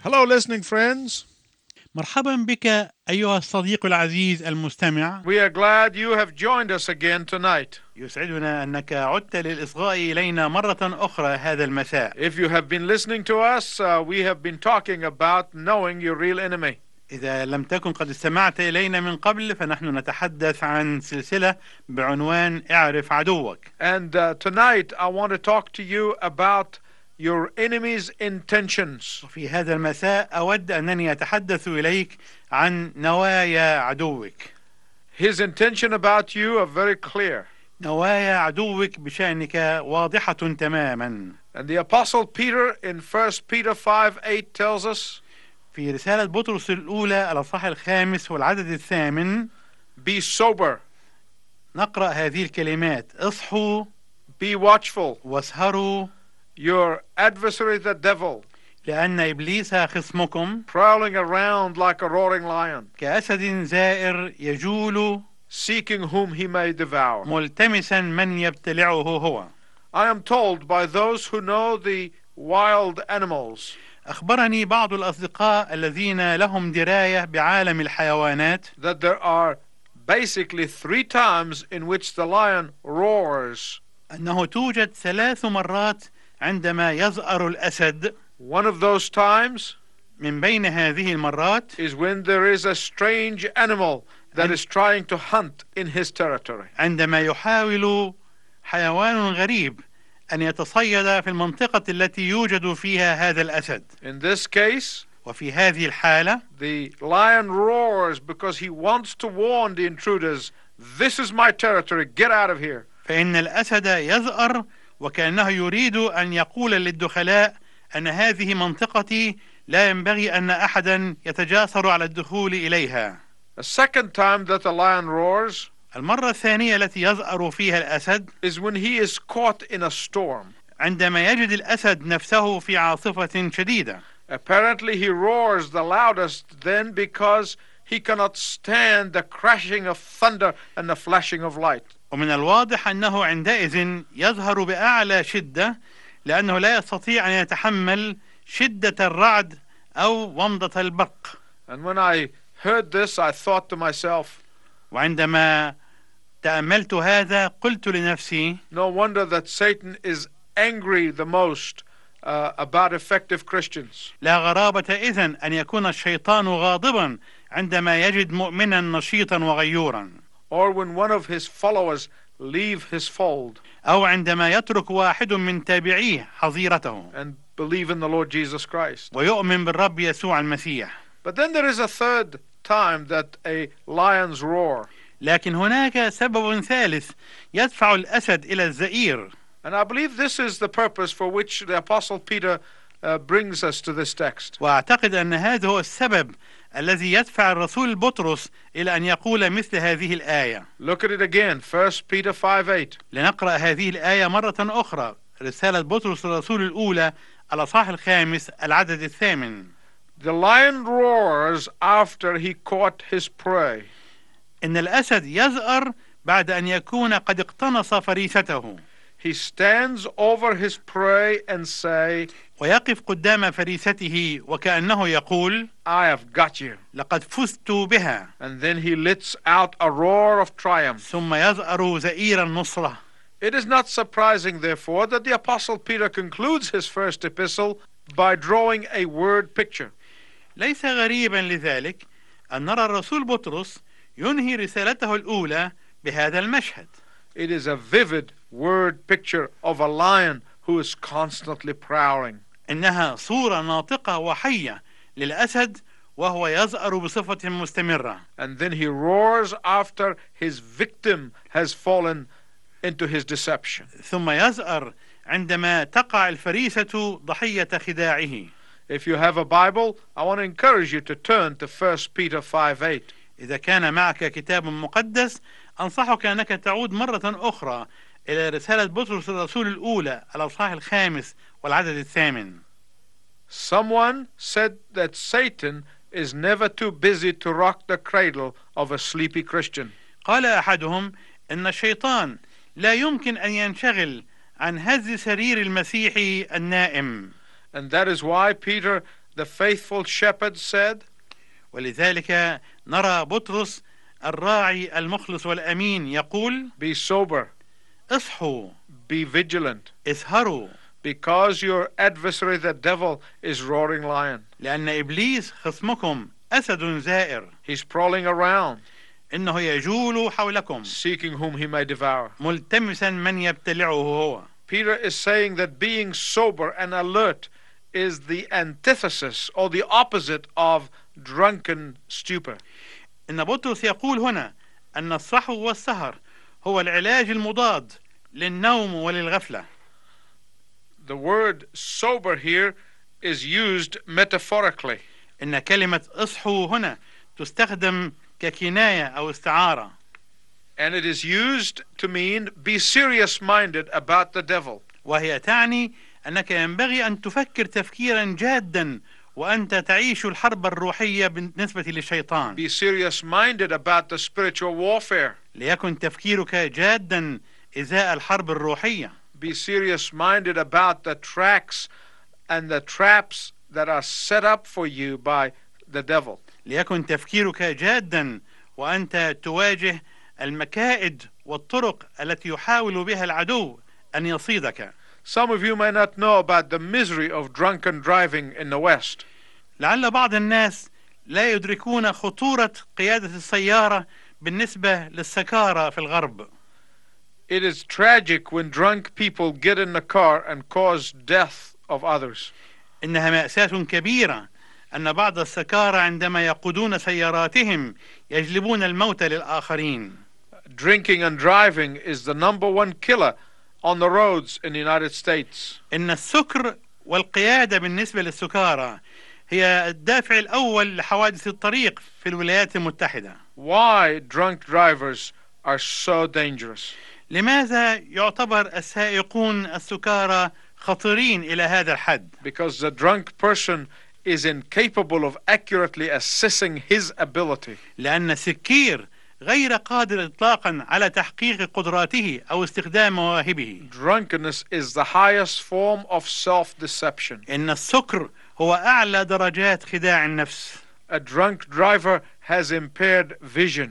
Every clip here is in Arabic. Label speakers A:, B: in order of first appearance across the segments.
A: Hello, listening friends.
B: مرحبا بك أيها الصديق العزيز المستمع
A: We are glad you have joined us again tonight.
B: يسعدنا أنك عدت للإصغاء إلينا مرة أخرى هذا المساء
A: If you have been listening to us, uh, we have been talking about knowing your real enemy.
B: إذا لم تكن قد استمعت إلينا من قبل فنحن نتحدث عن سلسلة بعنوان اعرف عدوك
A: And uh, tonight, I want to talk to you about your enemy's intentions.
B: في هذا المساء أود أنني أتحدث إليك عن نوايا عدوك
A: His intention about you are very clear.
B: نوايا عدوك بشأنك واضحة تماما
A: And the Apostle Peter in 1 Peter 5 8 tells us,
B: في رسالة بطرس الأولى الأصحاح الخامس والعدد الثامن
A: Be sober,
B: نقرأ هذه الكلمات اصحوا
A: be watchful.
B: واسهروا
A: Your adversary, the devil,
B: لأن إبليس خصمكم
A: prowling around like a roaring lion,
B: كأسد زائر يجول
A: seeking whom he may devour.
B: ملتمسا من يبتلعه هو
A: I am told by those who know the wild animals
B: أخبرني بعض الأصدقاء الذين لهم دراية بعالم الحيوانات
A: that there are basically three times in which the lion roars.
B: أنه توجد ثلاث مرات عندما يزأر الأسد
A: One of those times
B: من بين هذه المرات
A: is when there is a strange animal that
B: And-
A: is trying to hunt in his territory.
B: عندما يحاول حيوان غريب أن يتصيد في المنطقة التي يوجد فيها هذا الأسد
A: In this case,
B: وفي هذه الحالة
A: the lion roars because he wants to warn the intruders, This is my territory, get out of here.
B: فإن الأسد يزأر وكأنه يريد أن يقول للدخلاء أن هذه منطقتي لا ينبغي أن أحدا يتجاسر على الدخول إليها
A: The second time that the lion roars
B: المرة الثانية التي يزأر فيها الأسد
A: is when he is caught in a storm.
B: عندما يجد الأسد نفسه في عاصفة شديدة
A: Apparently, he roars the loudest then because he cannot stand the crashing of thunder and the flashing of light.
B: ومن الواضح أنه عندئذ يظهر بأعلى شدة لأنه لا يستطيع أن يتحمل شدة الرعد أو ومضة البرق
A: And when I heard this, I thought to myself,
B: وعندما تأملت هذا قلت لنفسي
A: no wonder that Satan is angry the most uh, about effective Christians.
B: لا غرابة إذن أن يكون الشيطان غاضبا عندما يجد مؤمنا نشيطا وغيورا
A: Or when one of his followers leave his fold
B: أو عندما يترك واحد من تابعيه حظيرته
A: and believe in the Lord Jesus Christ.
B: ويؤمن بالرب يسوع المسيح
A: But then there is a third time that a lion's roar.
B: لكن هناك سبب ثالث يدفع الأسد إلى الزئير
A: And I believe this is the purpose for which the Apostle Peter uh, brings us to this text.
B: واعتقد ان هذا هو السبب الذي يدفع الرسول بطرس الى ان يقول مثل هذه الايه
A: Look at it again, 1 Peter 5 8.
B: لنقرا هذه الايه مره اخرى رساله بطرس الرسول الاولى الاصحاح الخامس العدد الثامن
A: The lion roars after he caught his prey.
B: ان الاسد يزأر بعد ان يكون قد اقتنص فريسته
A: He stands over his prey and say,
B: ويقف قدام فريسته وكانه يقول
A: I have got you.
B: لقد فزت بها
A: And then he lets out a roar of triumph.
B: ثم يزأر زئير النصره
A: It is not surprising, therefore, that the Apostle Peter concludes his first epistle by drawing a word picture.
B: ليس غريبا لذلك أن نرى الرسول بطرس ينهي رسالته الأولى بهذا المشهد
A: It is a vivid word picture of a lion who is constantly prowling.
B: إنها صورة ناطقة وحية للأسد وهو يزأر بصفة مستمرة
A: And then he roars after his victim has fallen into his deception.
B: ثم يزأر عندما تقع الفريسة ضحية خداعه
A: If you have a Bible, I want to encourage you to turn to 1 Peter 5 8.
B: إذا كان معك كتاب مقدس أنصحك أنك تعود مرة أخرى إلى رسالة بطرس الرسول الأولى الأصحاح الخامس والعدد الثامن
A: Someone said that Satan is never too busy to rock the cradle of a sleepy Christian.
B: قال احدهم ان الشيطان لا يمكن ان ينشغل عن هز سرير المسيح النائم
A: And that is why Peter The faithful shepherd said,
B: ولذلك نرى بطرس الراعي المخلص والامين يقول
A: Be sober,
B: اصحوا
A: be vigilant,
B: اسهروا
A: because your adversary, the devil, is roaring lion.
B: لان ابليس خصمكم اسد زائر
A: He's prowling around,
B: انه يجول حولكم
A: seeking whom he may devour.
B: ملتمسا من يبتلعه هو
A: Peter is saying that being sober and alert is the antithesis or the opposite of drunken stupor.
B: ان بطرس يقول هنا ان الصحو والسهر هو العلاج المضاد للنوم وللغفله
A: The word sober here is used metaphorically.
B: ان كلمه اصحوا هنا تستخدم ككنايه او استعاره
A: And it is used to mean be serious minded about the devil.
B: وهي تعني انك ينبغي ان تفكر تفكيرا جادا وانت تعيش الحرب الروحيه بالنسبه للشيطان
A: Be serious minded about the spiritual warfare.
B: ليكن تفكيرك جادا ازاء الحرب الروحيه
A: Be serious minded about the tracks and the traps that are set up for you by the devil.
B: ليكن تفكيرك جادا وانت تواجه المكائد والطرق التي يحاول بها العدو ان يصيدك
A: Some of you may not know about the misery of drunken driving in the West.
B: لعل بعض الناس لا يدركون خطوره قياده السياره بالنسبه للسكاره في الغرب
A: It is tragic when drunk people get in the car and cause death of others.
B: إنها مأساة كبيرة أن بعض السكارى عندما يقودون سياراتهم يجلبون الموت للآخرين
A: Drinking and driving is the number one killer on the roads in the United States.
B: إن السكر والقيادة بالنسبة للسكارى هي الدافع الأول لحوادث الطريق في الولايات المتحدة
A: Why drunk drivers are so dangerous?
B: لماذا يعتبر السائقون السكارى خطيرين إلى هذا الحد؟
A: Because the drunk person is incapable of accurately assessing his ability.
B: لأن السكير غير قادر إطلاقا على تحقيق قدراته أو استخدام مواهبه
A: Drunkenness is the highest form of self deception.
B: إن السكر هو أعلى درجات خداع النفس
A: A drunk driver has impaired vision.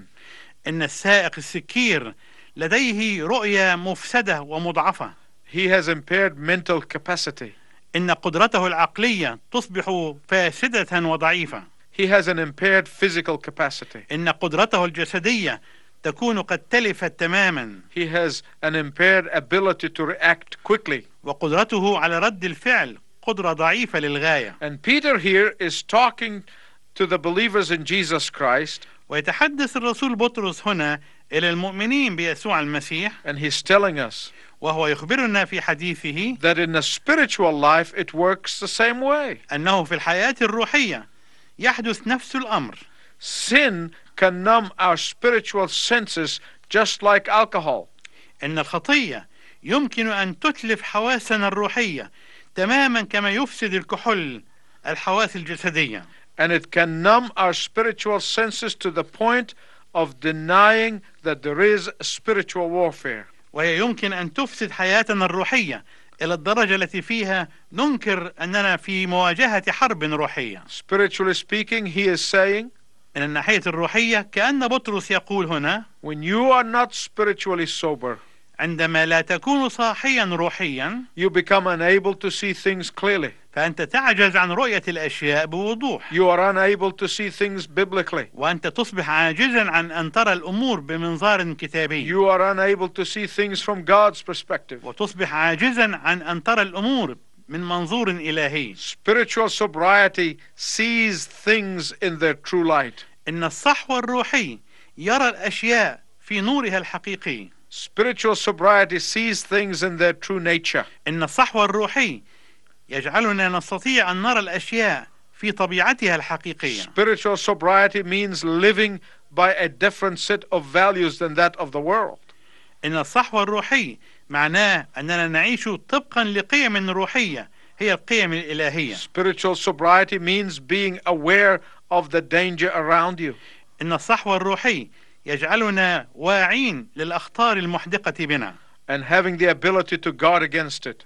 B: إن السائق السكير لديه رؤية مفسدة ومضعفة
A: He has impaired mental capacity.
B: إن قدرته العقلية تصبح فاسدة وضعيفة
A: He has an impaired physical capacity.
B: إن قدرته الجسدية تكون قد تلفت تماما
A: He has an impaired ability to react quickly.
B: وقدرته على رد الفعل قدرة ضعيفة للغاية
A: And Peter here is talking to the believers in Jesus Christ,
B: ويتحدث الرسول بطرس هنا إلى المؤمنين بيسوع المسيح
A: and he's telling us
B: وهو يخبرنا في حديثه
A: that in the spiritual life it works the same way.
B: أنه في الحياة الروحية يحدث نفس الأمر
A: Sin can numb our spiritual senses just like alcohol.
B: إن الخطية يمكن أن تتلف حواسنا الروحية تماما كما يفسد الكحول الحواس الجسدية
A: And it can numb our spiritual senses to the point of denying that there is spiritual warfare.
B: وهي يمكن أن تفسد حياتنا الروحية إلى الدرجة التي فيها ننكر أننا في مواجهة حرب روحية
A: Spiritually speaking, he is saying,
B: من الناحية الروحية كأن بطرس يقول هنا
A: when you are not spiritually sober,
B: عندما لا تكون صاحيا روحيا
A: you become unable to see things clearly.
B: فأنت تعجز عن رؤية الأشياء بوضوح
A: You are unable to see things biblically.
B: وأنت تصبح عاجزا عن أن ترى الأمور بمنظار كتابي
A: You are unable to see things from God's perspective.
B: وتصبح عاجزا عن ان ترى الامور من منظور الهي
A: Spiritual sobriety sees things in their true light.
B: ان الصحو الروحي يرى الاشياء في نورها الحقيقي
A: Spiritual sobriety sees things in their true nature.
B: ان الصحو الروحي يجعلنا نستطيع ان نرى الاشياء في طبيعتها الحقيقيه
A: Spiritual sobriety means living by a different set of values than that of the world.
B: ان الصحو الروحي معناه اننا نعيش طبقا لقيم روحيه هي القيم الالهيه
A: Spiritual sobriety means being aware of the danger around you.
B: ان الصحو الروحي يجعلنا واعين للاخطار المحدقه بنا
A: and having the ability to guard against it.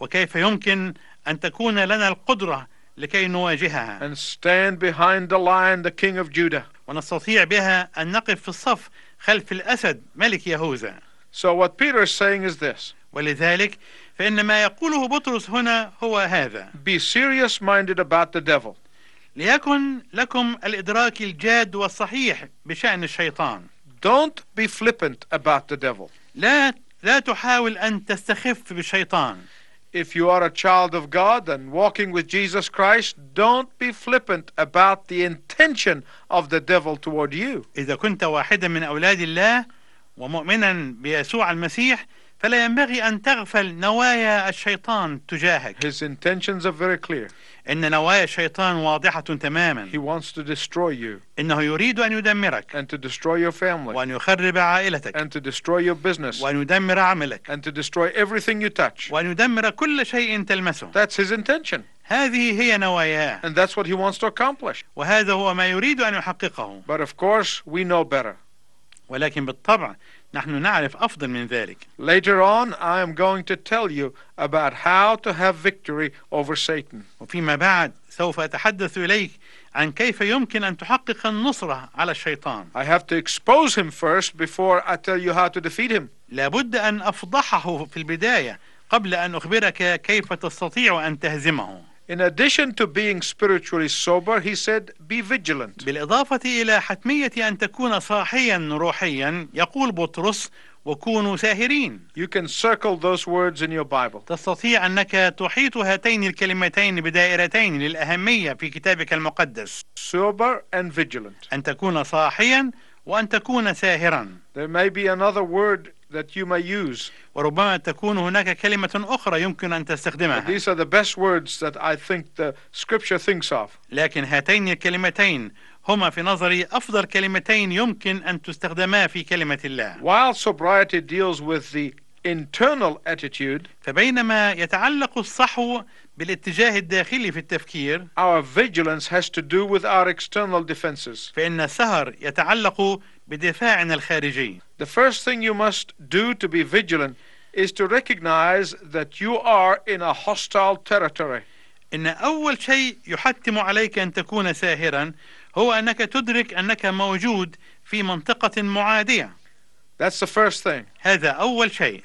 B: وكيف يمكن أن تكون لنا القدرة لكي نواجهها
A: and stand behind the lion, the king of Judah.
B: ونستطيع بها أن نقف في الصف خلف الأسد ملك يهوذا
A: So, what Peter is saying is this
B: ولذلك فإن ما يقوله بطرس هنا هو هذا
A: be serious minded about the devil,
B: ليكن لكم الإدراك الجاد والصحيح بشأن الشيطان
A: don't be flippant about the devil.
B: لا لا تحاول أن تستخف بالشيطان
A: If you are a child of God and walking with Jesus Christ, don't be flippant about the intention of the devil toward you.
B: إذا كنت واحدا من أولاد الله ومؤمنا بيسوع المسيح فلا ينبغي أن تغفل نوايا الشيطان تجاهك
A: His intentions are very clear.
B: إن نوايا الشيطان واضحة تماما
A: He wants to destroy you
B: إنه يريد أن يدمرك
A: and to destroy your family
B: وأن يخرب عائلتك
A: and to destroy your business
B: وأن يدمر عملك
A: and to destroy everything you touch.
B: وأن يدمر كل شيء تلمسه
A: That's his intention,
B: هذه هي نواياه
A: and that's what he wants to accomplish.
B: وهذا هو ما يريد أن يحققه
A: But of course, we know better.
B: ولكن بالطبع نحن نعرف أفضل من ذلك
A: Later on, I am going to tell you about how to have victory over Satan.
B: وفيما بعد سوف أتحدث إليك عن كيف يمكن أن تحقق النصرة على الشيطان
A: I have to expose him first before I tell you how to defeat him.
B: لابد أن أفضحه في البداية قبل أن أخبرك كيف تستطيع أن تهزمه
A: In addition to being spiritually sober, he said, be vigilant.
B: بالإضافة إلى حتمية أن تكون صاحيا روحيا يقول بطرس وكونوا ساهرين
A: You can circle those words in your Bible.
B: تستطيع أنك تحيط هاتين الكلمتين بدائرتين للأهمية في كتابك المقدس
A: Sober and vigilant.
B: أن تكون صاحيا وأن تكون ساهرا
A: There may be another word that you may use,
B: وربما تكون هناك كلمة أخرى يمكن أن
A: but
B: تستخدمها
A: these are the best words that I think the scripture thinks of.
B: لكن هاتين الكلمتين هما في نظري أفضل كلمتين يمكن أن تستخدما في كلمة الله
A: While sobriety deals with the internal attitude,
B: فبينما يتعلق الصحو بالاتجاه الداخلي في التفكير
A: our vigilance has to do with our external defenses.
B: فإن السهر يتعلق بدفاعنا الخارجي
A: The first thing you must do to be vigilant is to recognize that you are in a hostile territory.
B: إن أول شيء يحتم عليك أن تكون ساهرا هو أنك تدرك أنك موجود في منطقة معادية
A: That's the first thing.
B: هذا أول شيء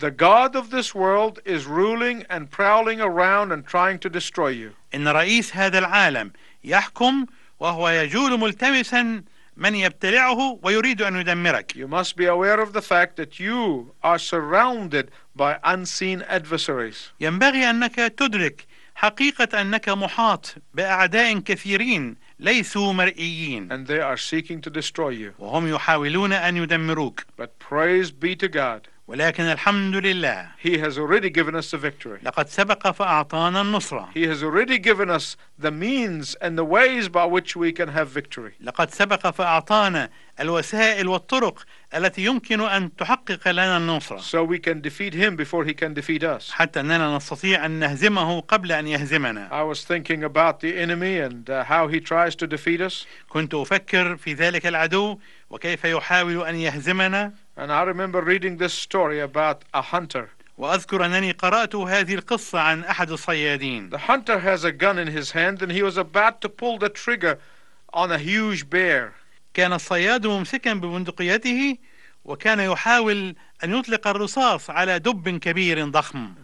A: The God of this world is ruling and prowling around and trying to destroy you.
B: إن رئيس هذا العالم يحكم وهو يجول ملتمسا من يبتلعه ويريد أن يدمرك
A: You must be aware of the fact that you are surrounded by unseen adversaries.
B: ينبغي أنك تدرك حقيقة أنك محاط بأعداء كثيرين ليسوا مرئيين
A: And they are seeking to destroy you.
B: وهم يحاولون أن يدمروك
A: But praise be to God,
B: ولكن الحمد لله
A: He has already given us the victory.
B: لقد سبق فأعطانا النصرة
A: He has already given us the means and the ways by which we can have victory.
B: لقد سبق فأعطانا الوسائل والطرق التي يمكن أن تحقق لنا النصرة
A: So we can defeat Him before He can defeat us.
B: حتى أننا نستطيع أن نهزمه قبل أن يهزمنا
A: I was thinking about the enemy and uh, how he tries to defeat us.
B: كنت أفكر في ذلك العدو وكيف يحاول أن يهزمنا
A: And I remember reading this story about a hunter.
B: وأذكر أنني قرأت هذه القصة عن أحد الصيادين
A: The hunter has a gun in his hand and he was about to pull the trigger on a huge bear.
B: كان الصياد ممسكا ببندقيته وكان يحاول أن يطلق الرصاص على دب كبير ضخم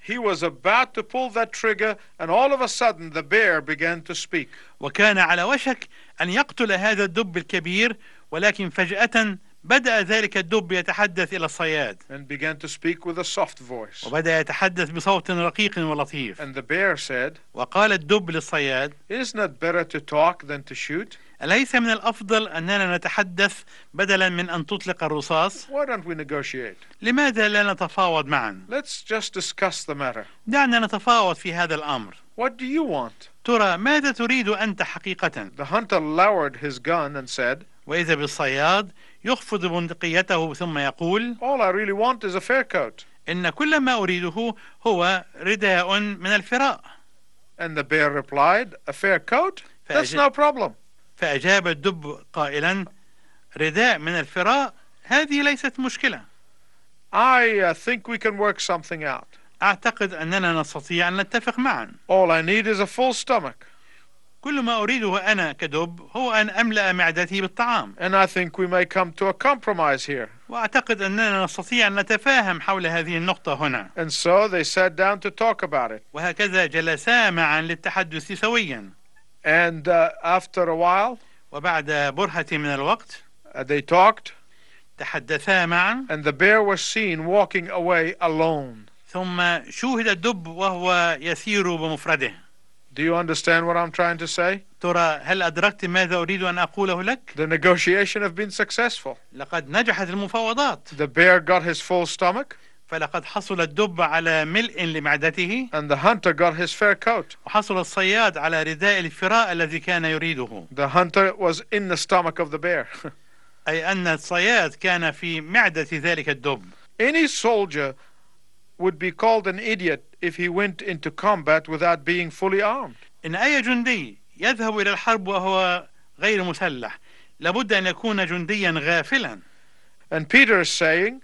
A: He was about to pull that trigger and all of a sudden the bear began to speak.
B: وكان على وشك أن يقتل هذا الدب الكبير ولكن فجأة بدأ ذلك الدب يتحدث إلى الصياد
A: And began to speak with a soft voice.
B: وبدأ يتحدث بصوت رقيق ولطيف
A: And the bear said,
B: وقال الدب للصياد
A: Isn't it better to talk than to shoot?
B: أليس من الأفضل أننا نتحدث بدلا من أن تطلق الرصاص؟
A: Why don't we negotiate?
B: لماذا لا نتفاوض معا؟
A: Let's just discuss the matter.
B: دعنا نتفاوض في هذا الأمر
A: What do you want?
B: ترى ماذا تريد أنت حقيقة؟
A: The hunter lowered his gun and said,
B: وإذا بالصياد يخفض بندقيته ثم يقول
A: All I really want is a fair coat.
B: إن كل ما أريده هو رداء من الفراء
A: And the bear replied, A fair coat? That's
B: فأج-
A: no problem.
B: فأجاب الدب قائلا رداء من الفراء هذه ليست مشكلة
A: I uh, think we can work something out.
B: أعتقد أننا نستطيع أن نتفق معا
A: All I need is a full stomach,
B: كل ما أريده أنا كدب هو أن أملأ معدتي بالطعام
A: and I think we may come to a compromise here.
B: وأعتقد أننا نستطيع أن نتفاهم حول هذه النقطة هنا
A: And so they sat down to talk about it.
B: وهكذا جلسا معا للتحدث سويا
A: And uh, after a while,
B: وبعد برهة من الوقت
A: uh, they talked,
B: تحدثا معا
A: and the bear was seen walking away alone.
B: ثم شوهد الدب وهو يسير بمفرده
A: Do you understand what I'm trying to say?
B: ترى هل أدركت ماذا أريد أن أقوله لك؟
A: The negotiation have been successful.
B: لقد نجحت المفاوضات
A: The bear got his full stomach,
B: فلقد حصل الدب على ملء لمعدته
A: and the hunter got his fair coat.
B: وحصل الصياد على رداء الفراء الذي كان يريده
A: The hunter was in the stomach of the bear.
B: أي أن الصياد كان في معدة ذلك الدب
A: Any soldier would be called an idiot if he went into combat without being fully armed.
B: إن أي جندي يذهب إلى الحرب وهو غير مسلح لابد أن يكون جنديا غافلا
A: And Peter is saying,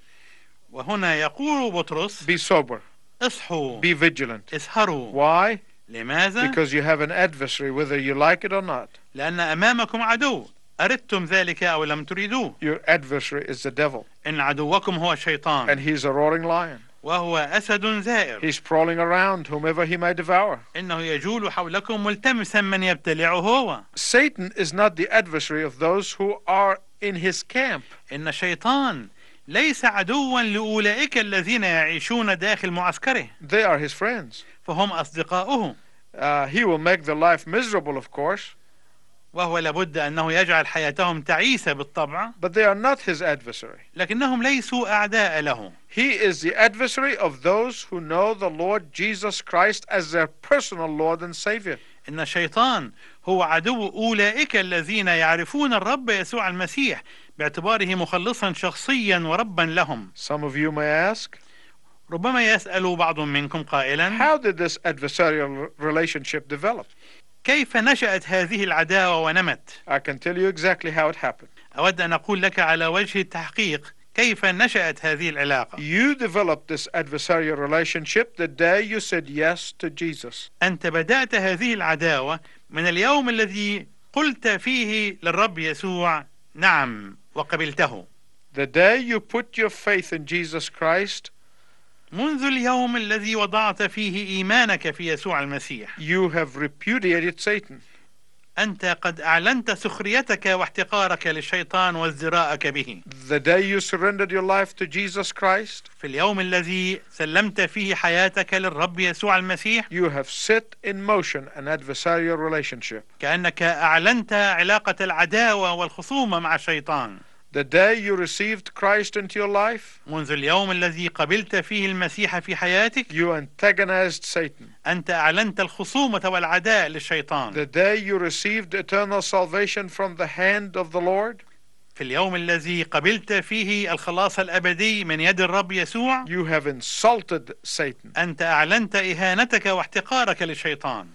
B: وهنا يقول بطرس
A: be sober,
B: اصحوا
A: be vigilant.
B: اسهروا
A: Why?
B: لماذا؟
A: Because you have an adversary, whether you like it or not.
B: لأن أمامكم عدو أردتم ذلك أو لم تريدوه
A: Your adversary is the devil,
B: إن عدوكم هو الشيطان
A: and he's a roaring lion.
B: وهو أسد زائر
A: He's prowling around whomever he may devour.
B: إنه يجول حولكم ملتمسا من يبتلعه هو
A: Satan is not the adversary of those who are in his camp.
B: إن الشيطان ليس عدوا لأولئك الذين يعيشون داخل معسكره
A: They are his friends.
B: فهم أصدقاؤه
A: Uh, he will make their life miserable, of course,
B: وهو لابد أنه يجعل حياتهم تعيسة بالطبع
A: but they are not his adversary.
B: لكنهم ليسوا أعداء له
A: He is the adversary of those who know the Lord Jesus Christ as their personal Lord and Savior.
B: إن الشيطان هو عدو أولئك الذين يعرفون الرب يسوع المسيح باعتباره مخلصا شخصيا وربا لهم
A: Some of you may ask,
B: ربما يسأل بعض منكم قائلا
A: how did this adversarial relationship develop?
B: كيف نشأت هذه العداوة ونمت
A: I can tell you exactly how it happened.
B: أود أن أقول لك على وجه التحقيق كيف نشأت هذه العلاقة
A: You developed this adversarial relationship the day you said yes to Jesus.
B: أنت بدأت هذه العداوة من اليوم الذي قلت فيه للرب يسوع نعم وقبلته
A: The day you put your faith in Jesus Christ,
B: منذ اليوم الذي وضعت فيه إيمانك في يسوع المسيح
A: you have repudiated Satan.
B: أنت قد أعلنت سخريتك واحتقارك للشيطان وازدراءك به
A: The day you surrendered your life to Jesus Christ,
B: في اليوم الذي سلمت فيه حياتك للرب يسوع المسيح
A: you have set in motion an adversarial relationship.
B: كأنك أعلنت علاقة العداوة والخصومة مع الشيطان
A: The day you received Christ into your life,
B: منذ اليوم الذي قبلت فيه المسيح في حياتك
A: you antagonized Satan.
B: أنت أعلنت الخصومة والعداء للشيطان
A: The day you received eternal salvation from the hand of the Lord,
B: في اليوم الذي قبلت فيه الخلاص الأبدي من يد الرب يسوع
A: you have insulted Satan.
B: أنت أعلنت إهانتك واحتقارك للشيطان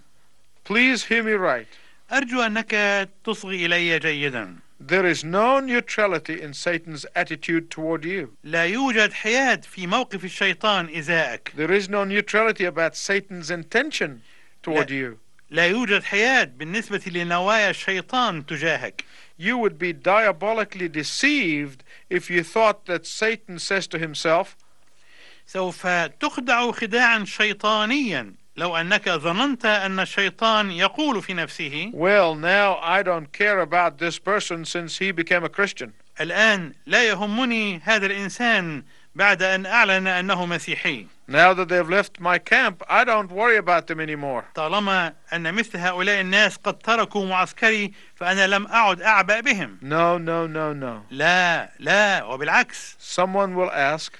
A: Please hear me right.
B: أرجو أنك تصغي إلي جيدا
A: There is no neutrality in Satan's attitude toward you.
B: لا يوجد حياد في موقف الشيطان إزاءك
A: There is no neutrality about Satan's intention toward you.
B: لا يوجد حياد بالنسبة لنوايا الشيطان تجاهك
A: You would be diabolically deceived if you thought that Satan says to himself,
B: سوف تخدع خداعا شيطانيا لو أنك ظننت أن الشيطان يقول في نفسه
A: Well, now I don't care about this person since he became a Christian.
B: الآن لا يهمني هذا الإنسان بعد أن أعلن أنه مسيحي
A: Now that they've left my camp, I don't worry about them anymore.
B: طالما أن مثل هؤلاء الناس قد تركوا معسكري فأنا لم أعد أعبأ بهم
A: No, no, no, no.
B: لا لا وبالعكس
A: Someone will ask,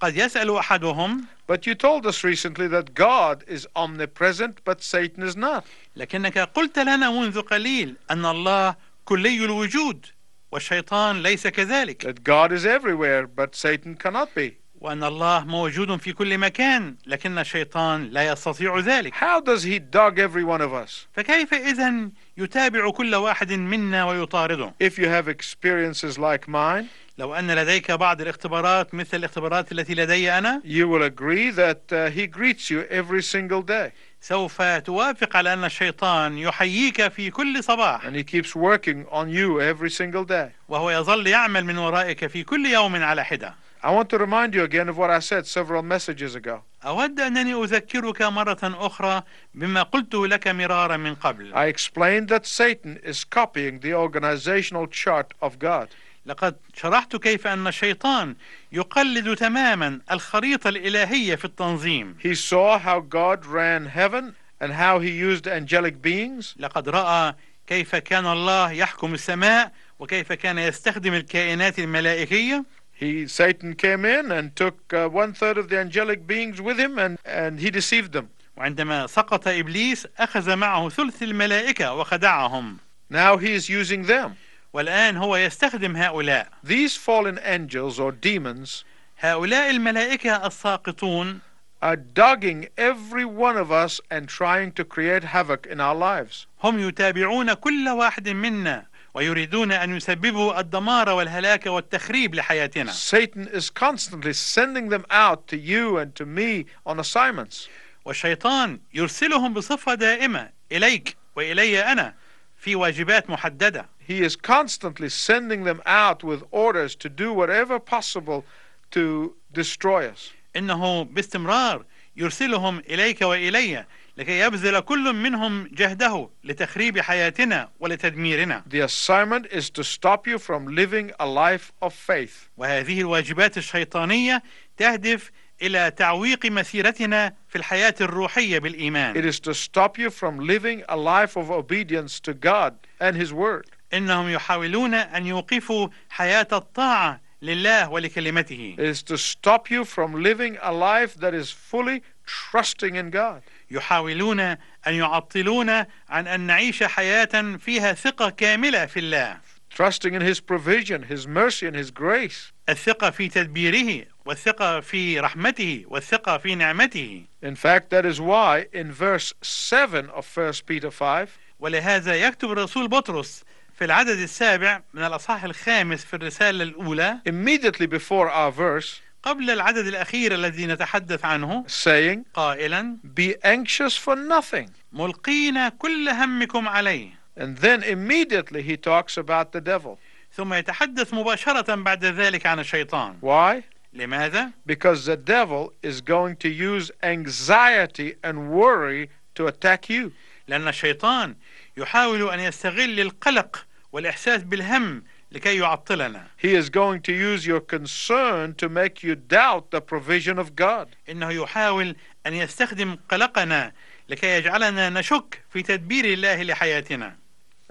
B: قد يسأل أحدهم
A: but you told us recently that God is omnipresent, but Satan is not.
B: لكنك قلت لنا منذ قليل أن الله كلي الوجود والشيطان ليس كذلك
A: That God is everywhere, but Satan cannot be.
B: وأن الله موجود في كل مكان لكن الشيطان لا يستطيع ذلك
A: How does he dog every one of us?
B: فكيف إذا يتابع كل واحد منا ويطارده
A: If you have experiences like mine,
B: لو أن لديك بعض الاختبارات مثل الاختبارات التي لدي أنا
A: you will agree that uh, he greets you every single day
B: سوف توافق على أن الشيطان يحييك في كل صباح
A: and he keeps working on you every single day.
B: وهو يظل يعمل من ورائك في كل يوم على حدة
A: I want to remind you again of what I said several messages ago.
B: أود أنني أذكرك مرة أخرى بما قلته لك مرارا من قبل
A: I explained that Satan is copying the organizational chart of God.
B: لقد شرحت كيف أن الشيطان يقلد تماما الخريطة الإلهية في التنظيم
A: He saw how God ran heaven and how he used angelic beings,
B: لقد رأى كيف كان الله يحكم السماء وكيف كان يستخدم الكائنات الملائكية
A: He Satan came in and took uh, one third of the angelic beings with him, and, and he deceived them.
B: وعندما سقط إبليس أخذ معه ثلث الملائكة وخدعهم
A: Now he is using them.
B: والآن هو يستخدم هؤلاء
A: These fallen angels or demons
B: هؤلاء الملائكة الساقطون
A: are dogging every one of us and trying to create havoc in our lives.
B: هم يتابعون كل واحد منا ويريدون أن يسببوا الدمار والهلاك والتخريب لحياتنا
A: Satan is constantly sending them out to you and to me on assignments.
B: والشيطان يرسلهم بصفة دائمة إليك وإلي أنا في واجبات محددة
A: He is constantly sending them out with orders to do whatever possible to destroy us.
B: إنه باستمرار يرسلهم إليك وإلي لكي يبذل كل منهم جهده لتخريب حياتنا ولتدميرنا
A: The assignment is to stop you from living a life of faith.
B: وهذه الواجبات الشيطانية تهدف إلى تعويق مسيرتنا في الحياة الروحية بالإيمان
A: It is to stop you from living a life of obedience to God and His Word.
B: إنهم يحاولون أن يوقفوا حياة الطاعة لله ولكلمته
A: It is to stop you from living a life that is fully trusting in God.
B: يحاولون أن يعطلونا عن أن نعيش حياة فيها ثقة كاملة في الله
A: trusting in His provision, His mercy, and His grace.
B: الثقة في تدبيره والثقة في رحمته والثقة في نعمته
A: In fact, that is why in verse 7 of 1 Peter 5,
B: ولهذا يكتب الرسول بطرس في العدد السابع من الأصحاح الخامس في الرسالة الأولى
A: immediately before our verse,
B: قبل العدد الأخير الذي نتحدث عنه
A: saying,
B: قائلا
A: Be anxious for nothing.
B: ملقين كل همكم عليه
A: And then immediately he talks about the devil.
B: ثم يتحدث مباشرة بعد ذلك عن الشيطان
A: Why?
B: لماذا؟
A: Because the devil is going to use anxiety and worry to attack you.
B: لأن الشيطان يحاول أن يستغل القلق والإحساس بالهم لكي يعطلنا
A: He is going to use your concern to make you doubt the provision of God.
B: إنه يحاول أن يستخدم قلقنا لكي يجعلنا نشك في تدبير الله لحياتنا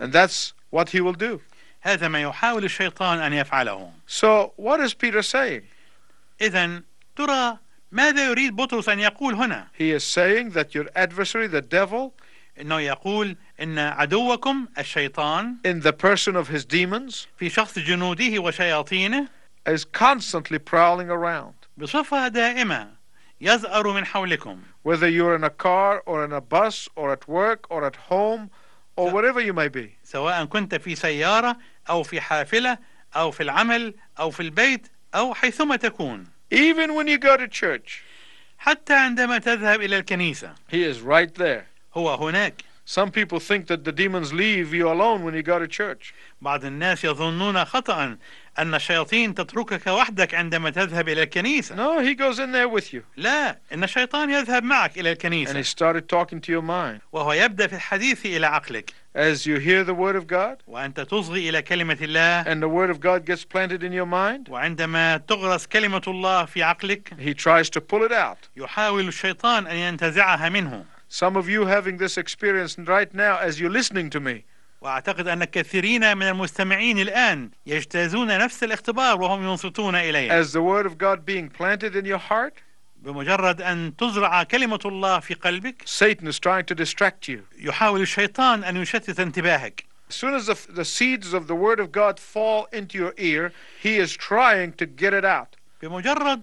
A: And that's what he will do.
B: هذا ما يحاول الشيطان أن يفعله
A: So, what is Peter saying?
B: إذا ترى ماذا يريد بطرس أن يقول هنا
A: He is saying that your adversary, the devil,
B: إنه يقول إن عدوكم الشيطان
A: in the person of his demons,
B: في شخص جنوده وشياطينه
A: is constantly prowling around.
B: بصفة دائمة يزأر من حولكم
A: Whether you're in a car or in a bus or at work or at home or wherever you may be,
B: سواء كنت في سيارة أو في حافلة أو في العمل أو في البيت أو حيثما تكون
A: even when you go to church,
B: حتى عندما تذهب إلى الكنيسة
A: he is right there.
B: هو هناك
A: Some people think that the demons leave you alone when you go to church.
B: بعض الناس يظنون خطأ أن الشياطين تتركك وحدك عندما تذهب إلى الكنيسة
A: No, he goes in there with you
B: لا إن الشيطان يذهب معك إلى
A: and he
B: الكنيسة
A: started talking to your mind.
B: وهو يبدأ في الحديث إلى عقلك
A: As you hear the word of God
B: وأنت تصغي إلى كلمة الله
A: and the word of God gets planted in your mind,
B: وعندما تغرس كلمة الله في عقلك
A: he tries to pull it out.
B: يحاول الشيطان أن ينتزعها منه
A: Some of you having this experience right now as you're listening to me.
B: وأعتقد أن كثيرين من المستمعين الآن يجتازون نفس الاختبار وهم ينصتون إليه
A: as the word of God being planted in your heart,
B: بمجرد أن تزرع كلمة الله في قلبك
A: Satan is trying to distract you.
B: يحاول الشيطان أن يشتت انتباهك
A: As soon as the, the seeds of the word of God fall into your ear, he is trying to get it out.
B: بمجرد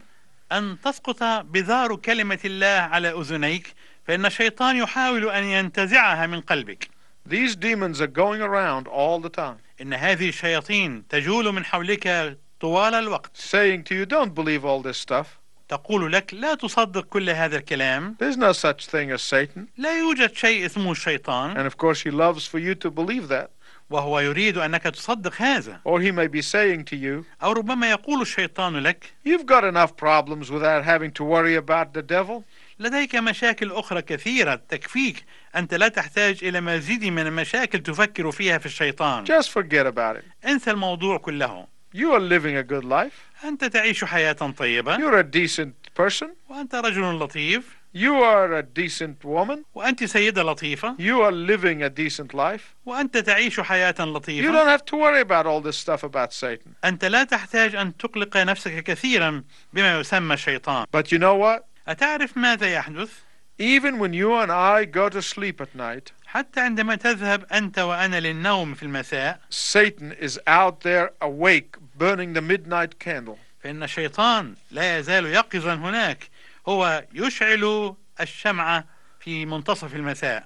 B: أن تسقط بذار كلمة الله على أذنيك فإن الشيطان يحاول أن ينتزعها من قلبك
A: These demons are going around all the time.
B: إن هذه الشياطين تجول من حولك طوال الوقت
A: saying to you, don't believe all this stuff.
B: تقول لك لا تصدق كل هذا الكلام
A: There's no such thing as Satan.
B: لا يوجد شيء اسمه الشيطان
A: And of course, he loves for you to believe that.
B: وهو يريد أنك تصدق هذا
A: Or he may be saying to you,
B: أو ربما يقول الشيطان لك
A: you've got enough problems without having to worry about the devil.
B: لديك مشاكل أخرى كثيرة تكفيك أنت لا تحتاج إلى مزيد من المشاكل تفكر فيها في الشيطان
A: Just forget about it.
B: انسى الموضوع كله
A: You are living a good life.
B: أنت تعيش حياة طيبة
A: You're a decent person.
B: وأنت رجل لطيف
A: You are a decent woman.
B: وأنت سيدة لطيفة
A: You are living a decent life.
B: وأنت تعيش حياة
A: You
B: لطيفة
A: don't have to worry about all this stuff about Satan.
B: أنت لا تحتاج أن تقلق نفسك كثيرا بما يسمى الشيطان
A: But you know what?
B: أتعرف ماذا يحدث؟
A: Even when you and I go to sleep at night,
B: حتى عندما تذهب أنت وأنا للنوم في المساء
A: Satan is out there awake, burning the midnight candle.
B: فإن الشيطان لا يزال يقظا هناك هو يشعل الشمعة في منتصف المساء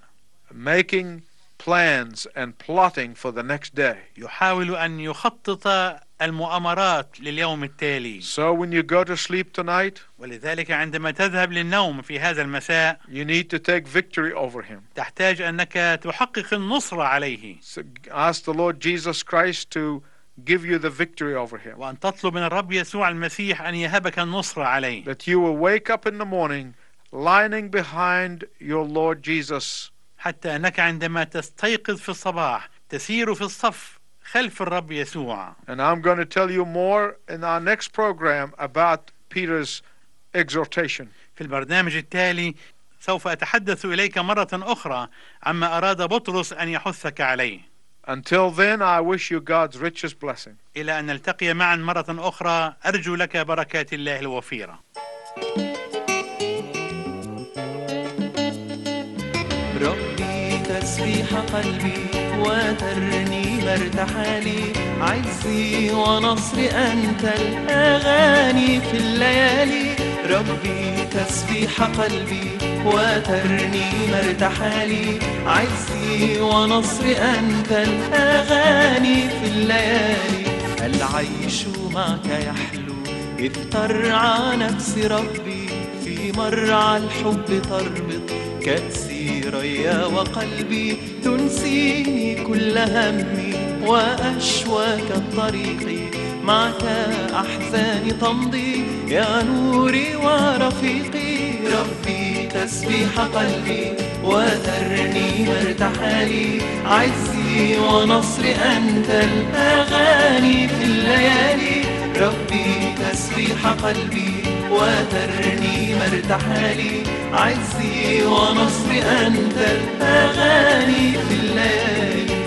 A: making plans and plotting for the next day.
B: يحاول أن يخطط المؤامرات لليوم التالي
A: So when you go to sleep tonight,
B: ولذلك عندما تذهب للنوم في هذا المساء
A: you need to take victory over him.
B: تحتاج أنك تحقق النصرة عليه
A: So ask the Lord Jesus Christ to give you the victory over him.
B: وأن تطلب من الرب يسوع المسيح أن يهبك النصرة عليه
A: That you will wake up in the morning lining behind your Lord Jesus
B: حتى أنك عندما تستيقظ في الصباح تسير في الصف خلف الرب يسوع
A: And I'm going to tell you more in our next program about Peter's exhortation.
B: في البرنامج التالي سوف أتحدث إليك مرة أخرى عما أراد بطرس أن يحثك عليه
A: Until then, I wish you God's richest blessing.
B: إلى أن نلتقي معا مرة أخرى أرجو لك بركات الله الوفيرة
C: ربي تسبيح قلبي وترنيم ارتحالي عزي ونصري أنت الأغاني في الليالي ربي تسبيح قلبي وترنيم ارتحالي عزي ونصري أنت الأغاني في الليالي العيش معك يحلو إذ ترعى نفسي ربي في مرعى الحب تربط كأسي ريا وقلبي تنسيني كل همي وأشواك الطريق معك أحزاني تمضي يا نوري ورفيقي ربي تسبيح قلبي وترنيم ارتحالي عزي ونصري أنت الأغاني في الليالي ربي تسبيح قلبي وترنيم ارتحالي عزي ونصري أنت الأغاني في الليالي